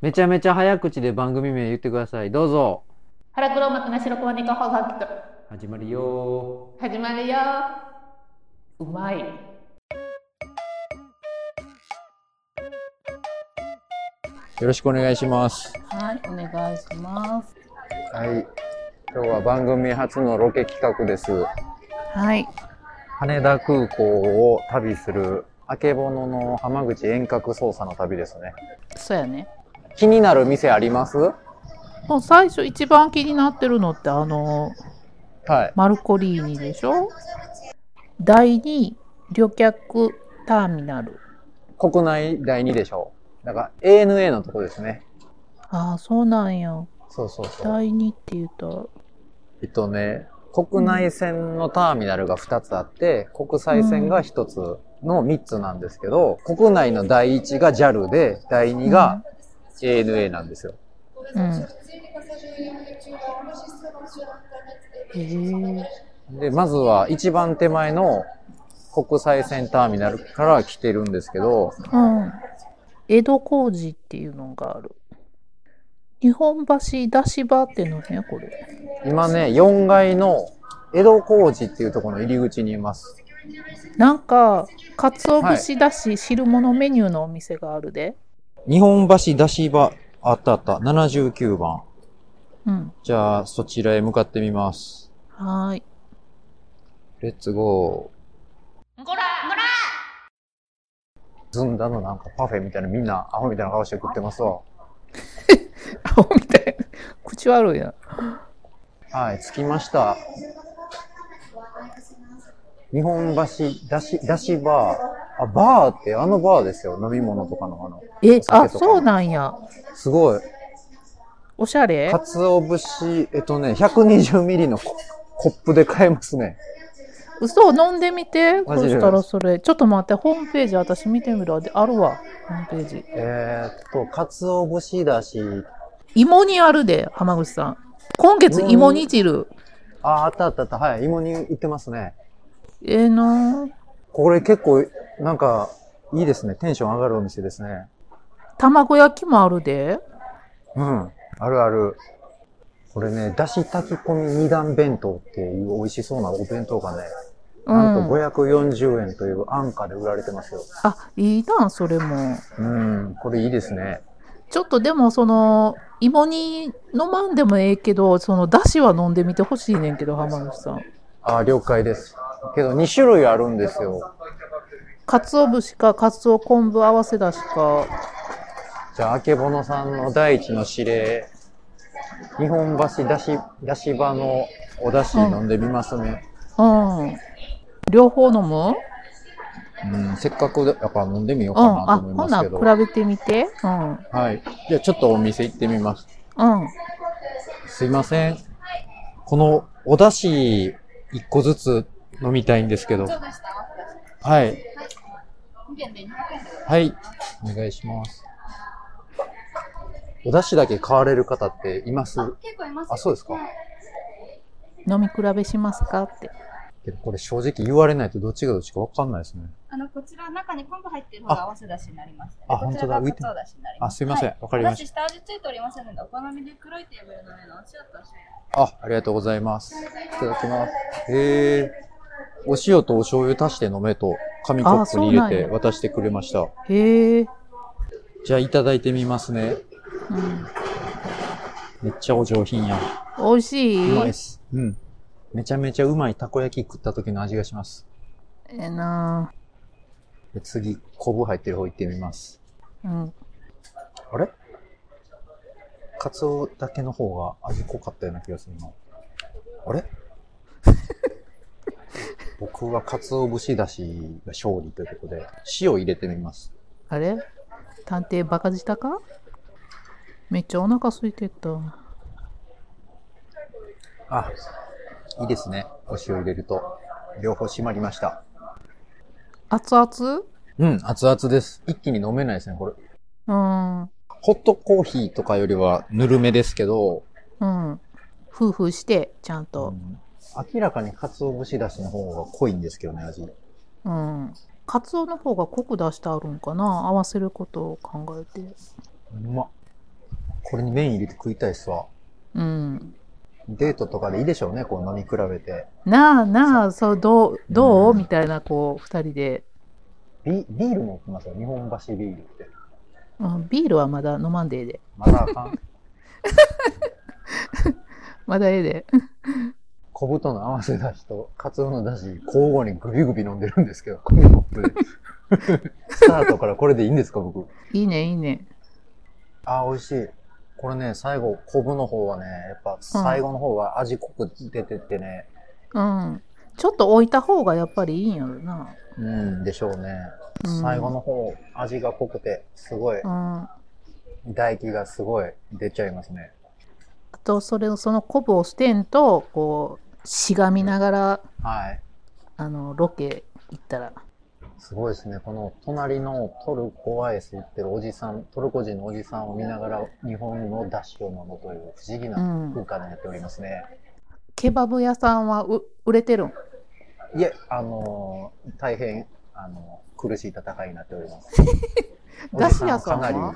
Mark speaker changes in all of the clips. Speaker 1: めちゃめちゃ早口で番組名言ってください。どうぞ。
Speaker 2: 腹黒幕な白黒猫ハガキと
Speaker 1: 始まるよ
Speaker 2: 始まるようまい
Speaker 1: よろしくお願いします。
Speaker 2: はいお願いします
Speaker 1: はい。今日は番組初のロケ企画です。
Speaker 2: はい
Speaker 1: 羽田空港を旅する、あけぼのの浜口遠隔操作の旅ですね。
Speaker 2: そうやね
Speaker 1: 気になる店ありますは
Speaker 2: もう最初一番気になってるのってあの
Speaker 1: い。
Speaker 2: マルコリーニでしょ第二旅客ターミナル
Speaker 1: 国内第2でしょう。なんか ANA のとこですね。
Speaker 2: ああそうなんや
Speaker 1: そうそうそう。
Speaker 2: 第二って言うと
Speaker 1: えっとね、国内線のターミナルが2つあって、国際線が1つの3つなんですけど、国内の第1が JAL で、第2が ANA なんですよ。
Speaker 2: うんへえ
Speaker 1: で、まずは一番手前の国際線ターミナルから来てるんですけど、
Speaker 2: うん。江戸小路っていうのがある。日本橋出し場っていうのね、これ。
Speaker 1: 今ね、4階の江戸工事っていうところの入り口にいます。
Speaker 2: なんか、鰹節だし、汁物メニューのお店があるで。
Speaker 1: 日本橋出し場、あったあった、79番。
Speaker 2: うん。
Speaker 1: じゃあ、そちらへ向かってみます。
Speaker 2: はーい。
Speaker 1: レッツゴ
Speaker 2: こら
Speaker 1: ー。ずんだのなんかパフェみたいな、みんなアホみたいな顔して食ってますわ。
Speaker 2: 青みたいな。口悪いな。
Speaker 1: はい、着きました。日本橋だし、だしバー。あ、バーってあのバーですよ。飲み物とかのあの。
Speaker 2: え、あ、
Speaker 1: 酒とか
Speaker 2: そうなんや。
Speaker 1: すごい。
Speaker 2: おしゃれ
Speaker 1: かつお節、えっとね、120ミリのココップで買えますね。
Speaker 2: 嘘飲んでみて。そ
Speaker 1: マジで
Speaker 2: したらそれ。ちょっと待って、ホームページ私見てみる。あであるわ。ホームページ。
Speaker 1: えー、っと、かつお節だし、
Speaker 2: 芋煮あるで、浜口さん。今月芋煮汁。
Speaker 1: あ、あったあったあった。はい、芋に行ってますね。
Speaker 2: ええなー
Speaker 1: これ結構、なんか、いいですね。テンション上がるお店ですね。
Speaker 2: 卵焼きもあるで。
Speaker 1: うん。あるある。これね、だし炊き込み二段弁当っていう美味しそうなお弁当がね、
Speaker 2: う
Speaker 1: なんと
Speaker 2: ん、
Speaker 1: 540円という安価で売られてますよ。
Speaker 2: あいいなそれも
Speaker 1: うん、これいいですね。
Speaker 2: ちょっとでもその芋煮飲まんでもええけどそのだしは飲んでみてほしいねんけど浜口さん
Speaker 1: あー、了解です。けど2種類あるんですよ。
Speaker 2: 鰹節か鰹昆布合わせだしか
Speaker 1: じゃあ、あけぼのさんの第一の指令、日本橋だし、だし場のおだし飲んでみますね。
Speaker 2: うん両方飲む
Speaker 1: うん、せっかくだから飲んでみよう
Speaker 2: う
Speaker 1: か
Speaker 2: ん
Speaker 1: な
Speaker 2: あ
Speaker 1: と思いま
Speaker 2: ほ
Speaker 1: す
Speaker 2: な
Speaker 1: けど。
Speaker 2: 比べてみてうんうん
Speaker 1: はい。じゃあちょっとお店行ってみます。すいません。このお出汁一個ずつ飲みたいんですけど。はい。はい。お願いします。お出汁だけ買われる方っています
Speaker 3: 結構います
Speaker 1: あ、そうですか。
Speaker 2: 飲み比べしますかって
Speaker 1: けどこれ正直言われないとどっちがどっちかわかんないですね。
Speaker 3: あのこちら中に昆布入っている方が合わせだしになります、ね。
Speaker 1: あ本当だ浮
Speaker 3: 浮
Speaker 1: い
Speaker 3: い
Speaker 1: て
Speaker 3: て
Speaker 1: る
Speaker 3: だしになりま
Speaker 1: あ、
Speaker 3: す。
Speaker 1: すいません。わ、かり
Speaker 3: だ
Speaker 1: ま
Speaker 3: し
Speaker 1: し
Speaker 3: 下味ついておりませんので、お好みで黒いテーブルの上のお塩とお醤
Speaker 1: た。あ、ありがとうございます。いただきます。へえ。お塩とお醤油足して飲めと紙コップに入れて渡してくれました。
Speaker 2: へえ、
Speaker 1: じゃあいただいてみますね。
Speaker 2: うん、
Speaker 1: めっちゃお上品や。
Speaker 2: 美味し
Speaker 1: う
Speaker 2: い
Speaker 1: まいっす。うん。めちゃめちゃうまいたこ焼き食った時の味がします。
Speaker 2: ええな
Speaker 1: で次、昆布入ってる方行ってみます。
Speaker 2: うん
Speaker 1: あれカツオだけの方が味濃かったような気がするな。あれ 僕はカツオ節だしが勝利ということで、塩入れてみます。
Speaker 2: あれ探偵バカ舌かめっちゃお腹空いてった。
Speaker 1: あ、いいですね。お塩入れると。両方締まりました。
Speaker 2: 熱々
Speaker 1: うん、熱々です。一気に飲めないですね、これ。
Speaker 2: うん。う
Speaker 1: ホットコーヒーとかよりはぬるめですけど、
Speaker 2: ん。夫婦して、ちゃん
Speaker 1: う
Speaker 2: と。
Speaker 1: ん明らかに鰹節だしの方が濃いんですけどね、味。
Speaker 2: うん。カツオの方が濃く出してあるんかな合わせることを考えて。
Speaker 1: うまっ。これに麺入れて食いたいっすわ。
Speaker 2: うん。
Speaker 1: デートとかでいいでしょうね、こう飲み比べて。
Speaker 2: なあなあ、そう、どう、どう
Speaker 1: うん
Speaker 2: みたいな、こう、二人で。
Speaker 1: ビビールも売ってますよ、日本橋ビールって。
Speaker 2: うんビールはまだ飲まんでええで。
Speaker 1: まだあかん。
Speaker 2: まだええで。
Speaker 1: 小太の合わせだしと、カツオのだし、交互にグビグビ飲んでるんですけど、このコップで。 スタートからこれでいいんですか、僕。
Speaker 2: いいね、いいね。
Speaker 1: あー、美味しい。これね、最後、昆布の方はね、やっぱ最後の方は味濃く出てってね、
Speaker 2: うん。ちょっと置いた方がやっぱりいいんやろな。
Speaker 1: うん、でしょうね。
Speaker 2: うん
Speaker 1: 最後の方、味が濃くて、すごい、
Speaker 2: うん。あ
Speaker 1: 唾液がすごい出ちゃいますね。
Speaker 2: と、それを、そのコブを捨てんと、こう、しがみながら、
Speaker 1: はい。
Speaker 2: あの、ロケ行ったら。
Speaker 1: すごいですね。この隣のトルコアイス売ってるおじさん、トルコ人のおじさんを見ながら日本の出汁を飲むという不思議
Speaker 2: う。
Speaker 1: なん空間になっておりますね。
Speaker 2: ケバブ屋さんはう売れてるん
Speaker 1: いえ、あのー大変、あのー苦しい戦いになっております。お
Speaker 2: 出
Speaker 1: じさ
Speaker 2: 汁
Speaker 1: ん
Speaker 2: 屋
Speaker 1: は
Speaker 2: さ
Speaker 1: か
Speaker 2: ん
Speaker 1: なり
Speaker 2: は、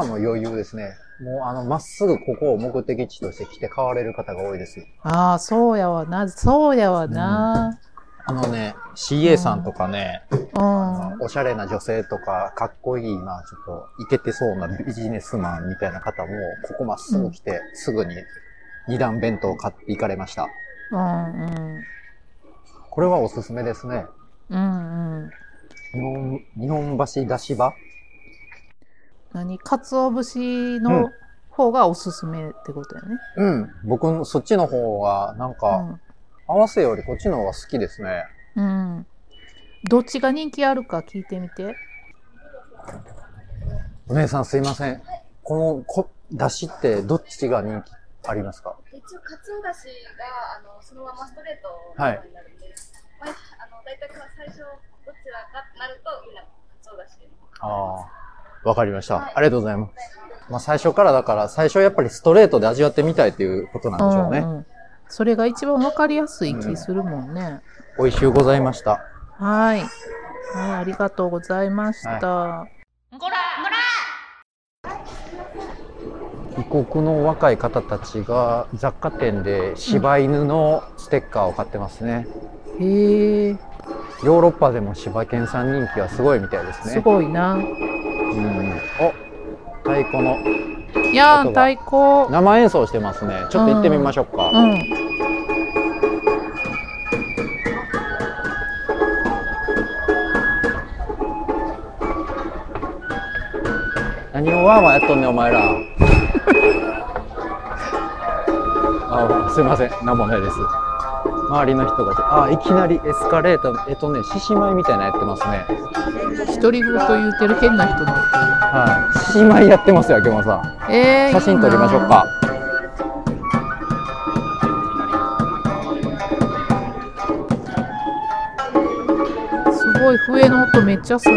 Speaker 1: はもう余裕ですね。もうあの、まっすぐここを目的地として来て買われる方が多いです。
Speaker 2: ああ、そうやわな。そうやわな。
Speaker 1: あのね、CA さんとかね、
Speaker 2: うん。
Speaker 1: おしゃれな女性とか、かっこいい、まあちょっと、イケてそうなビジネスマンみたいな方も、ここまっすぐ来て、すぐに二段弁当を買っていかれました。
Speaker 2: うんうん。
Speaker 1: これはおすすめですね。
Speaker 2: うんうん。
Speaker 1: 日本、日本橋出し場
Speaker 2: 何かつ節
Speaker 1: う
Speaker 2: の
Speaker 1: ん
Speaker 2: 方がおすすめってことやね。
Speaker 1: うん。僕の、そっちの方が、なんか、合わせよりこっちの方が好きですね。
Speaker 2: うん。うん。どっちが人気あるか聞いてみて。
Speaker 1: お姉さんすいません。この、こ、出汁ってどっちが人気ありますか
Speaker 3: 一応、カツオだしが、あの、そのままストレート
Speaker 1: はい
Speaker 3: になるんで、まあ、あの、大体最初、どちらかなると、みんなカツオだし。
Speaker 1: ああ、わかりました。ありがとうございます。まあ最初からだから、最初はやっぱりストレートで味わってみたいということなんでしょうね。
Speaker 2: んん。それが一番わかりやすい気するもんね。
Speaker 1: 美味しゅうございました。
Speaker 2: はい。はい、ありがとうございました。
Speaker 1: 異国の若い方たちが雑貨店で柴犬のステッカーを買ってますね。
Speaker 2: へえ、
Speaker 1: ヨーロッパでも柴犬さん人気はすごいみたいですね。
Speaker 2: すごいな。
Speaker 1: うん、お太鼓の
Speaker 2: いやー、
Speaker 1: 音が
Speaker 2: 太鼓。
Speaker 1: 生演奏してますね。ちょっと行ってみましょうか。
Speaker 2: うん。
Speaker 1: 何をわーわーやっとんねんお前 らあすいません何もないです周りの人がちょあいきなりエスカレーターえっとね獅子舞みたいなのやってますね
Speaker 2: 独り言言うてる変な人もい
Speaker 1: はい獅子舞やってますよ秋山さ
Speaker 2: てる。え
Speaker 1: ん
Speaker 2: ー、
Speaker 1: 写真撮りましょうか
Speaker 2: いいな。すごい笛の音めっちゃする。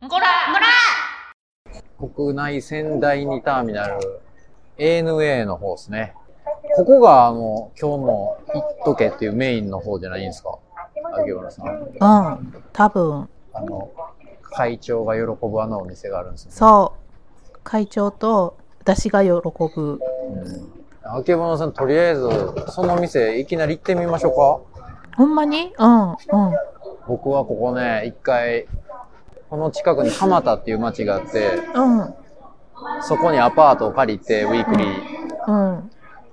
Speaker 1: うん、国内仙台2ターミナル ANA の方ですねここがあの今日の「行っとけ」っていうメインの方じゃないんですか秋山さん
Speaker 2: うん、多分
Speaker 1: あの会長が喜ぶあのお店があるんですよ
Speaker 2: そう会長と私が喜ぶ。
Speaker 1: うん。あけぼのさん、とりあえず、その店、いきなり行ってみましょう
Speaker 2: ほんまに？うんうん。
Speaker 1: か。僕はここね、一回、この近くに蒲田っていう町があって、
Speaker 2: うん
Speaker 1: そこにアパートを借りて、ウィークリー。
Speaker 2: うん。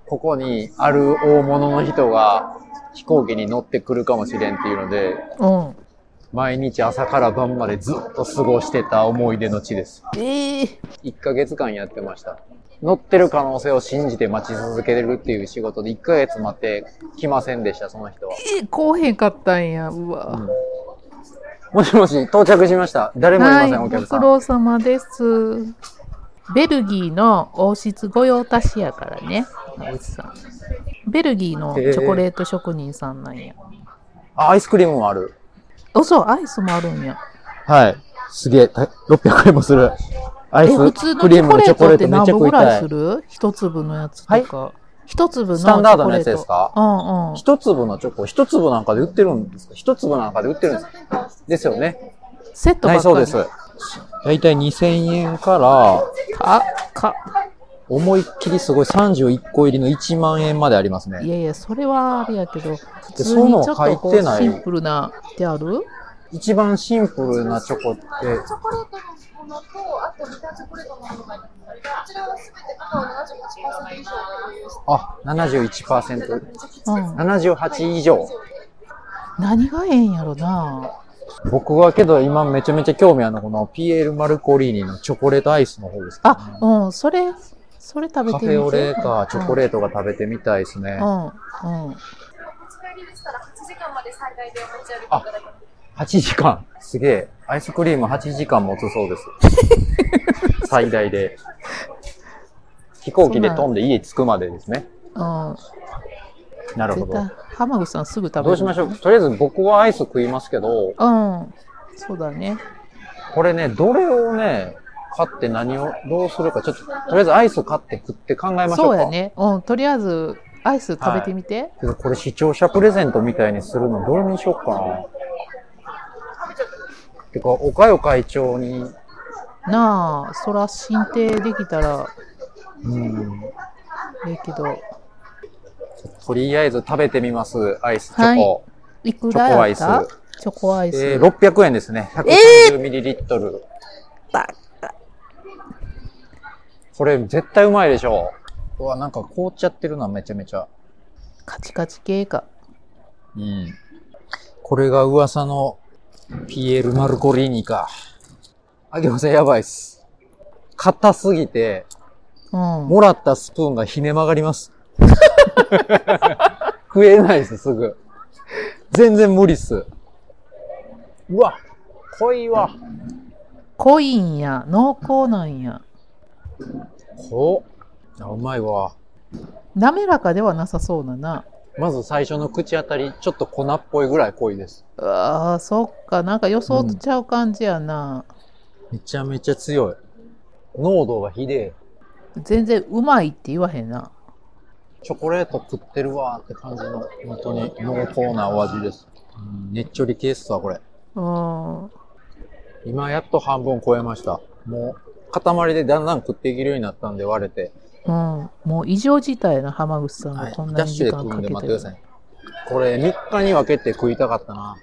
Speaker 1: ここにある大物の人が飛行機に乗ってくるかもしれんっていうので、
Speaker 2: うん。
Speaker 1: 毎日朝から晩までずっと過ごしてた思い出の地です。
Speaker 2: えー、
Speaker 1: 1ヶ月間やってました。乗ってる可能性を信じて待ち続けるっていう仕事で1ヶ月待って来ませんでした、その人は。
Speaker 2: えこうへんかったんや。うわ。
Speaker 1: もしもし、到着しました。誰もいま
Speaker 2: は
Speaker 1: せん、
Speaker 2: い、
Speaker 1: お客
Speaker 2: ご
Speaker 1: さ
Speaker 2: 苦
Speaker 1: ん。
Speaker 2: 労様です。ベルギーの王室御用達やからね、おじさん。ベルギーのチョコレート職人さんなんや。
Speaker 1: あアイスクリームもある。
Speaker 2: あ、そう、アイスもあるんや。
Speaker 1: はい。すげえ、た600円もする。ア
Speaker 2: え、
Speaker 1: イ
Speaker 2: 普
Speaker 1: ス
Speaker 2: 通の
Speaker 1: ク
Speaker 2: チ
Speaker 1: リー
Speaker 2: ョ
Speaker 1: ム
Speaker 2: コ
Speaker 1: の
Speaker 2: レ
Speaker 1: チ
Speaker 2: ー
Speaker 1: ョコ
Speaker 2: ト
Speaker 1: レ
Speaker 2: っ
Speaker 1: ー
Speaker 2: て
Speaker 1: トめっ
Speaker 2: 何
Speaker 1: ちゃ
Speaker 2: 本
Speaker 1: 食
Speaker 2: ぐ
Speaker 1: い
Speaker 2: ら
Speaker 1: た
Speaker 2: い
Speaker 1: い
Speaker 2: す。る一粒のやつとか。一、粒のチ
Speaker 1: スタンダード
Speaker 2: ョコ
Speaker 1: の
Speaker 2: レ
Speaker 1: やつ
Speaker 2: ー
Speaker 1: です
Speaker 2: ト。
Speaker 1: か
Speaker 2: うんうん。
Speaker 1: 一粒のチョコ、一粒なんかで売ってるんですか一粒なんかで売ってるんですですよね。
Speaker 2: セットば
Speaker 1: な
Speaker 2: っかり
Speaker 1: いそうです。だいたい2000円から、
Speaker 2: か、か、
Speaker 1: 思いっきりすごい31個入りの1万円まであります
Speaker 2: い
Speaker 1: ね。
Speaker 2: やいや、それはあれやけど、普通
Speaker 1: そういう
Speaker 2: に
Speaker 1: の
Speaker 2: ちょっとこ
Speaker 1: 書いうてない
Speaker 2: シンプルなってある
Speaker 1: 一番シンプルなチョコって、
Speaker 3: チョコレートのものと、あとビターチョコレートのものがあります。こちらはすべてカカオ78%以上が余裕して
Speaker 1: あ、71%。
Speaker 2: うん。
Speaker 1: 78以上。
Speaker 2: 何がええんやろな。
Speaker 1: 僕はけど今めちゃめちゃ興味あるのこのピエール・マルコリーニのチョコレートアイスの方ですか、
Speaker 2: あ、うん、それ、それ食べ
Speaker 1: カ
Speaker 2: て
Speaker 1: フ
Speaker 2: みて。
Speaker 1: ェオレかチョコレートが食べてみたいですね。
Speaker 2: うん、うん。
Speaker 3: お持ち帰りでしたら8時間まで最大でお持ち歩きいただけます。
Speaker 1: 8時間。すげえ。アイスクリーム8時間持つそう です。最大で。飛行機で飛んで家着くまでですね。
Speaker 2: うん、
Speaker 1: なるほ
Speaker 2: 絶
Speaker 1: ど
Speaker 2: 対。、浜口さんすぐ食べる。
Speaker 1: どうしましょう。とりあえず僕はアイス食いますけど、
Speaker 2: うん。そうだね。
Speaker 1: これね、どれをね、買って何をどうするか、ちょっと、とりあえずアイス買って食って考えましょ
Speaker 2: そうう
Speaker 1: か。
Speaker 2: やね。うん。とりあえず、アイス食べてみて。
Speaker 1: けどこれ視聴者プレゼントみたいにするのどれにしようかな。てか、岡代会長に、
Speaker 2: なあ、そら、進呈できたら、
Speaker 1: うん、
Speaker 2: ええけど。
Speaker 1: とりあえず食べてみます。アイス、チョコ。
Speaker 2: いくらやったチョコアイス。
Speaker 1: えー、600円ですね。130ml。ル。これ絶対うまいでしょう。うわ、なんか凍っちゃってるな、めちゃめちゃ。
Speaker 2: カチカチ系か。
Speaker 1: うん。これが噂のピエール・マルコリーニか。あげません、やばいっす。硬すぎて、
Speaker 2: うん。
Speaker 1: もらったスプーンがひね曲がります。 食えないです、すぐ。全然無理っす。うわ、濃いわ。
Speaker 2: 濃いんや。濃厚なんや。
Speaker 1: 濃っ。あ、うまいわ。
Speaker 2: 滑らかではなさそうだな。
Speaker 1: まず最初の口当たり、ちょっと粉っぽいぐらい濃いです。
Speaker 2: ああ、そっか。なんか予想とちゃう感じやな。
Speaker 1: めちゃめちゃ強い。濃度がひでえ。
Speaker 2: 全然うまいって言わへんな。
Speaker 1: チョコレート食ってるわーって感じの、本当に濃厚なお味です。うんねっちょりケースわ、これ。
Speaker 2: うん。
Speaker 1: 今やっと半分超えました。もう、塊でだんだん食っていけるようになったんで割れて。
Speaker 2: うん、もう異常事態の浜口さん
Speaker 1: は
Speaker 2: が
Speaker 1: い
Speaker 2: こん。な
Speaker 1: ダッ
Speaker 2: に
Speaker 1: シュで
Speaker 2: 時間
Speaker 1: 食う
Speaker 2: か
Speaker 1: ん
Speaker 2: け
Speaker 1: で
Speaker 2: て
Speaker 1: 待ってくだ
Speaker 2: る
Speaker 1: さい。これ3日に分けて食いたかったな。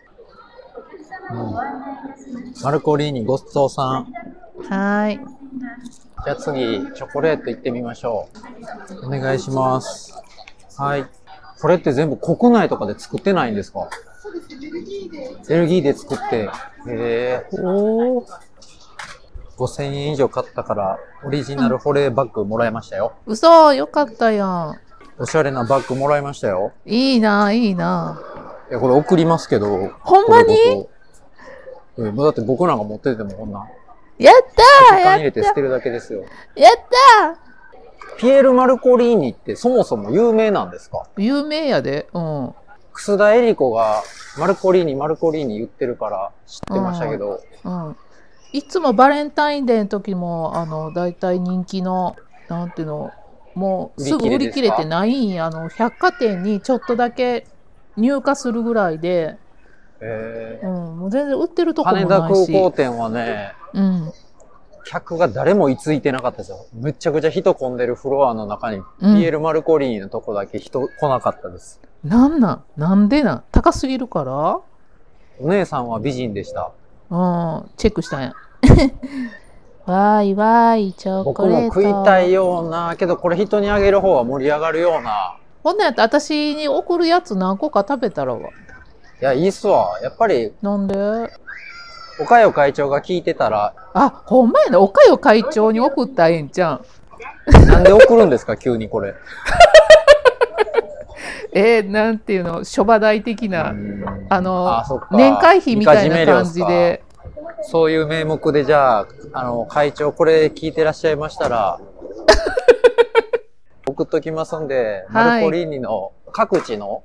Speaker 1: うん。マルコリーニごちそうさん。
Speaker 2: はーい。
Speaker 1: じゃあ次、チョコレート行ってみましょう。お願いします。はい。これって全部国内とかで作ってないんですかベルギーで作って。へえ。
Speaker 2: おお、
Speaker 1: 5000円以上買ったから、オリジナル保冷バッグもらいましたよ。
Speaker 2: 嘘、よかったやん。
Speaker 1: おしゃれなバッグもらいましたよ。
Speaker 2: いいな、いいな。
Speaker 1: いや、これ送りますけど。
Speaker 2: ほんまに
Speaker 1: これ僕えだって僕なんか持っててもこんな。
Speaker 2: やっ
Speaker 1: 時
Speaker 2: たー
Speaker 1: 間
Speaker 2: や
Speaker 1: 入れて捨てるだけですよ。
Speaker 2: やった
Speaker 1: ピエール・マルコリーニってそもそも有名なんですか
Speaker 2: ー有名やで。うん。
Speaker 1: 楠田絵理子がマルコリーニ、マルコリーニ言ってるから知ってましたけど、
Speaker 2: うん。いつもバレンタインデーの時も、あの、大体人気の、なんていうの、もうすぐ売
Speaker 1: 売
Speaker 2: り
Speaker 1: り
Speaker 2: 切
Speaker 1: 切
Speaker 2: れ
Speaker 1: れですか
Speaker 2: てないんや。あの、百貨店にちょっとだけ入荷するぐらいで、
Speaker 1: え
Speaker 2: うん、もう全然売ってると
Speaker 1: ー
Speaker 2: こも
Speaker 1: 羽田
Speaker 2: ない
Speaker 1: 空
Speaker 2: し。
Speaker 1: 港店はね、
Speaker 2: うん。
Speaker 1: 客が誰も居ついてなかったですよ。むちゃくちゃ人混んでるフロアの中に、
Speaker 2: うん
Speaker 1: ピエール・マルコリーニのとこだけ人来なかったです。
Speaker 2: なんなんなんでなん高すぎるから
Speaker 1: お姉さんは美人でした。
Speaker 2: うん、チェックしたんや。 わーいわーい、チョ
Speaker 1: 僕
Speaker 2: コレ
Speaker 1: も
Speaker 2: ート。
Speaker 1: 食いたいような、けどこれ人にあげる方は盛り上がるような。
Speaker 2: ほんなんやったら私に送るやつ何個か食べたらわ。
Speaker 1: いや、いいっすわ。やっぱり、
Speaker 2: なんで
Speaker 1: 岡代会長が聞いてたら、
Speaker 2: あ、ほんまやね。おかよ会長に送ったらええんちゃん。
Speaker 1: なんで送るんですか、急にこれ。
Speaker 2: えー、なんていうの、諸話題的な、あの、
Speaker 1: あそっか
Speaker 2: 年会費みたいな感じで。
Speaker 1: そういう名目で、じゃあ、あの、会長、これ聞いてらっしゃいました ら、送っときますんで、
Speaker 2: は
Speaker 1: マ
Speaker 2: い
Speaker 1: ルコリーニの各地の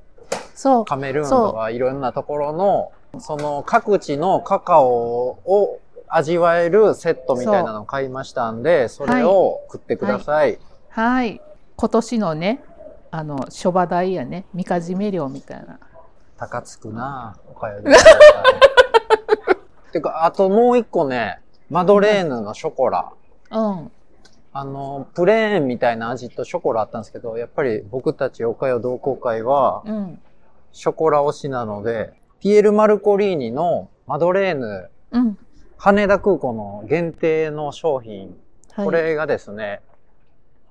Speaker 2: そう。
Speaker 1: カメルーンとかいろんなところの、その各地のカカオを味わえるセットみたいなのを買いましたんで、それを食ってください。
Speaker 2: はい。今年のね、あの、諸話題やね。みかじめ料みたいな。
Speaker 1: 高つくなあおかゆで。てか、あともう一個ね、マドレーヌのショコラ。
Speaker 2: うん。
Speaker 1: あの、プレーンみたいな味とショコラあったんですけど、やっぱり僕たち岡谷同好会は、
Speaker 2: うん。
Speaker 1: ショコラ推しなので、ピエール・マルコリーニのマドレーヌ、
Speaker 2: うん。
Speaker 1: 羽田空港の限定の商品、
Speaker 2: はい。
Speaker 1: こ。れがですね、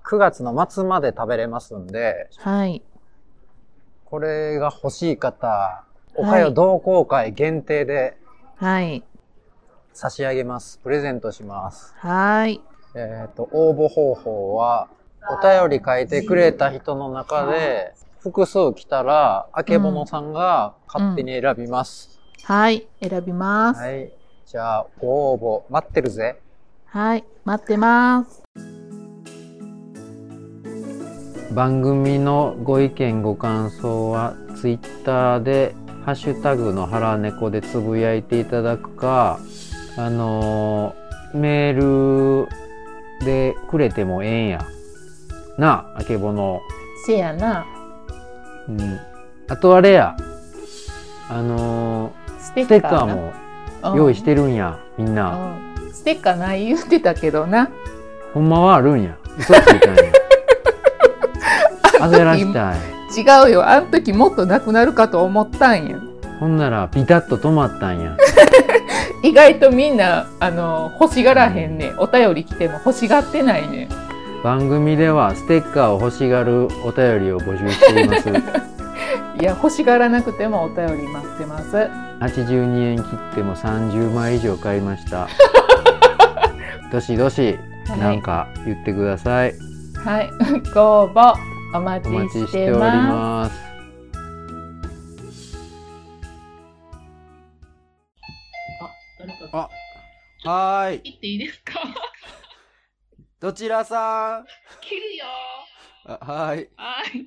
Speaker 1: 9月の末まで食べれますんで、
Speaker 2: はい。
Speaker 1: これが欲しい方、
Speaker 2: い
Speaker 1: おかよ同好会限定で
Speaker 2: はい。
Speaker 1: 差し上げます。プレゼントします。
Speaker 2: はい。
Speaker 1: えっ、と、応募方法は、お便り書いてくれた人の中で、複数来たら、あけぼのさんが勝手に選びます。
Speaker 2: はい。選びます。
Speaker 1: はい。じゃあ、ご応募待ってるぜ。
Speaker 2: はい。待ってます。
Speaker 1: 番組のご意見ご感想はツイッターで「ハッシュタグの腹猫」でつぶやいていただくかあのーメールでくれてもええんやなああけぼの、
Speaker 2: せやな。
Speaker 1: うん、あとあれやあの
Speaker 2: ス
Speaker 1: ー
Speaker 2: テ
Speaker 1: ステ
Speaker 2: ッ
Speaker 1: ッ
Speaker 2: カーな
Speaker 1: カーも用意してるんやみんな
Speaker 2: うんうんステッカーない言ってたけどな。
Speaker 1: ほんまはあるんや嘘ついたん や焦らしたい
Speaker 2: 違うよ。あの時もっとなくなるかと思ったんや。
Speaker 1: ほんならピタッと止まったんや
Speaker 2: 意外とみんな、あの、欲しがらへんね。お便り来ても欲しがってないね。
Speaker 1: 番組ではステッカーを欲しがるお便りを募集しています
Speaker 2: いや、欲しがらなくてもお便り待ってます。
Speaker 1: 82円切っても30枚以上買いました どしどしなんか言ってください、
Speaker 2: はい。 ご応募お待
Speaker 1: お待
Speaker 2: ち
Speaker 1: ち
Speaker 2: し
Speaker 1: してており
Speaker 2: ま
Speaker 1: ますあ、はーい
Speaker 4: 切っていいですか
Speaker 1: どちらさん
Speaker 4: 切るよ
Speaker 1: あはーい
Speaker 4: はい。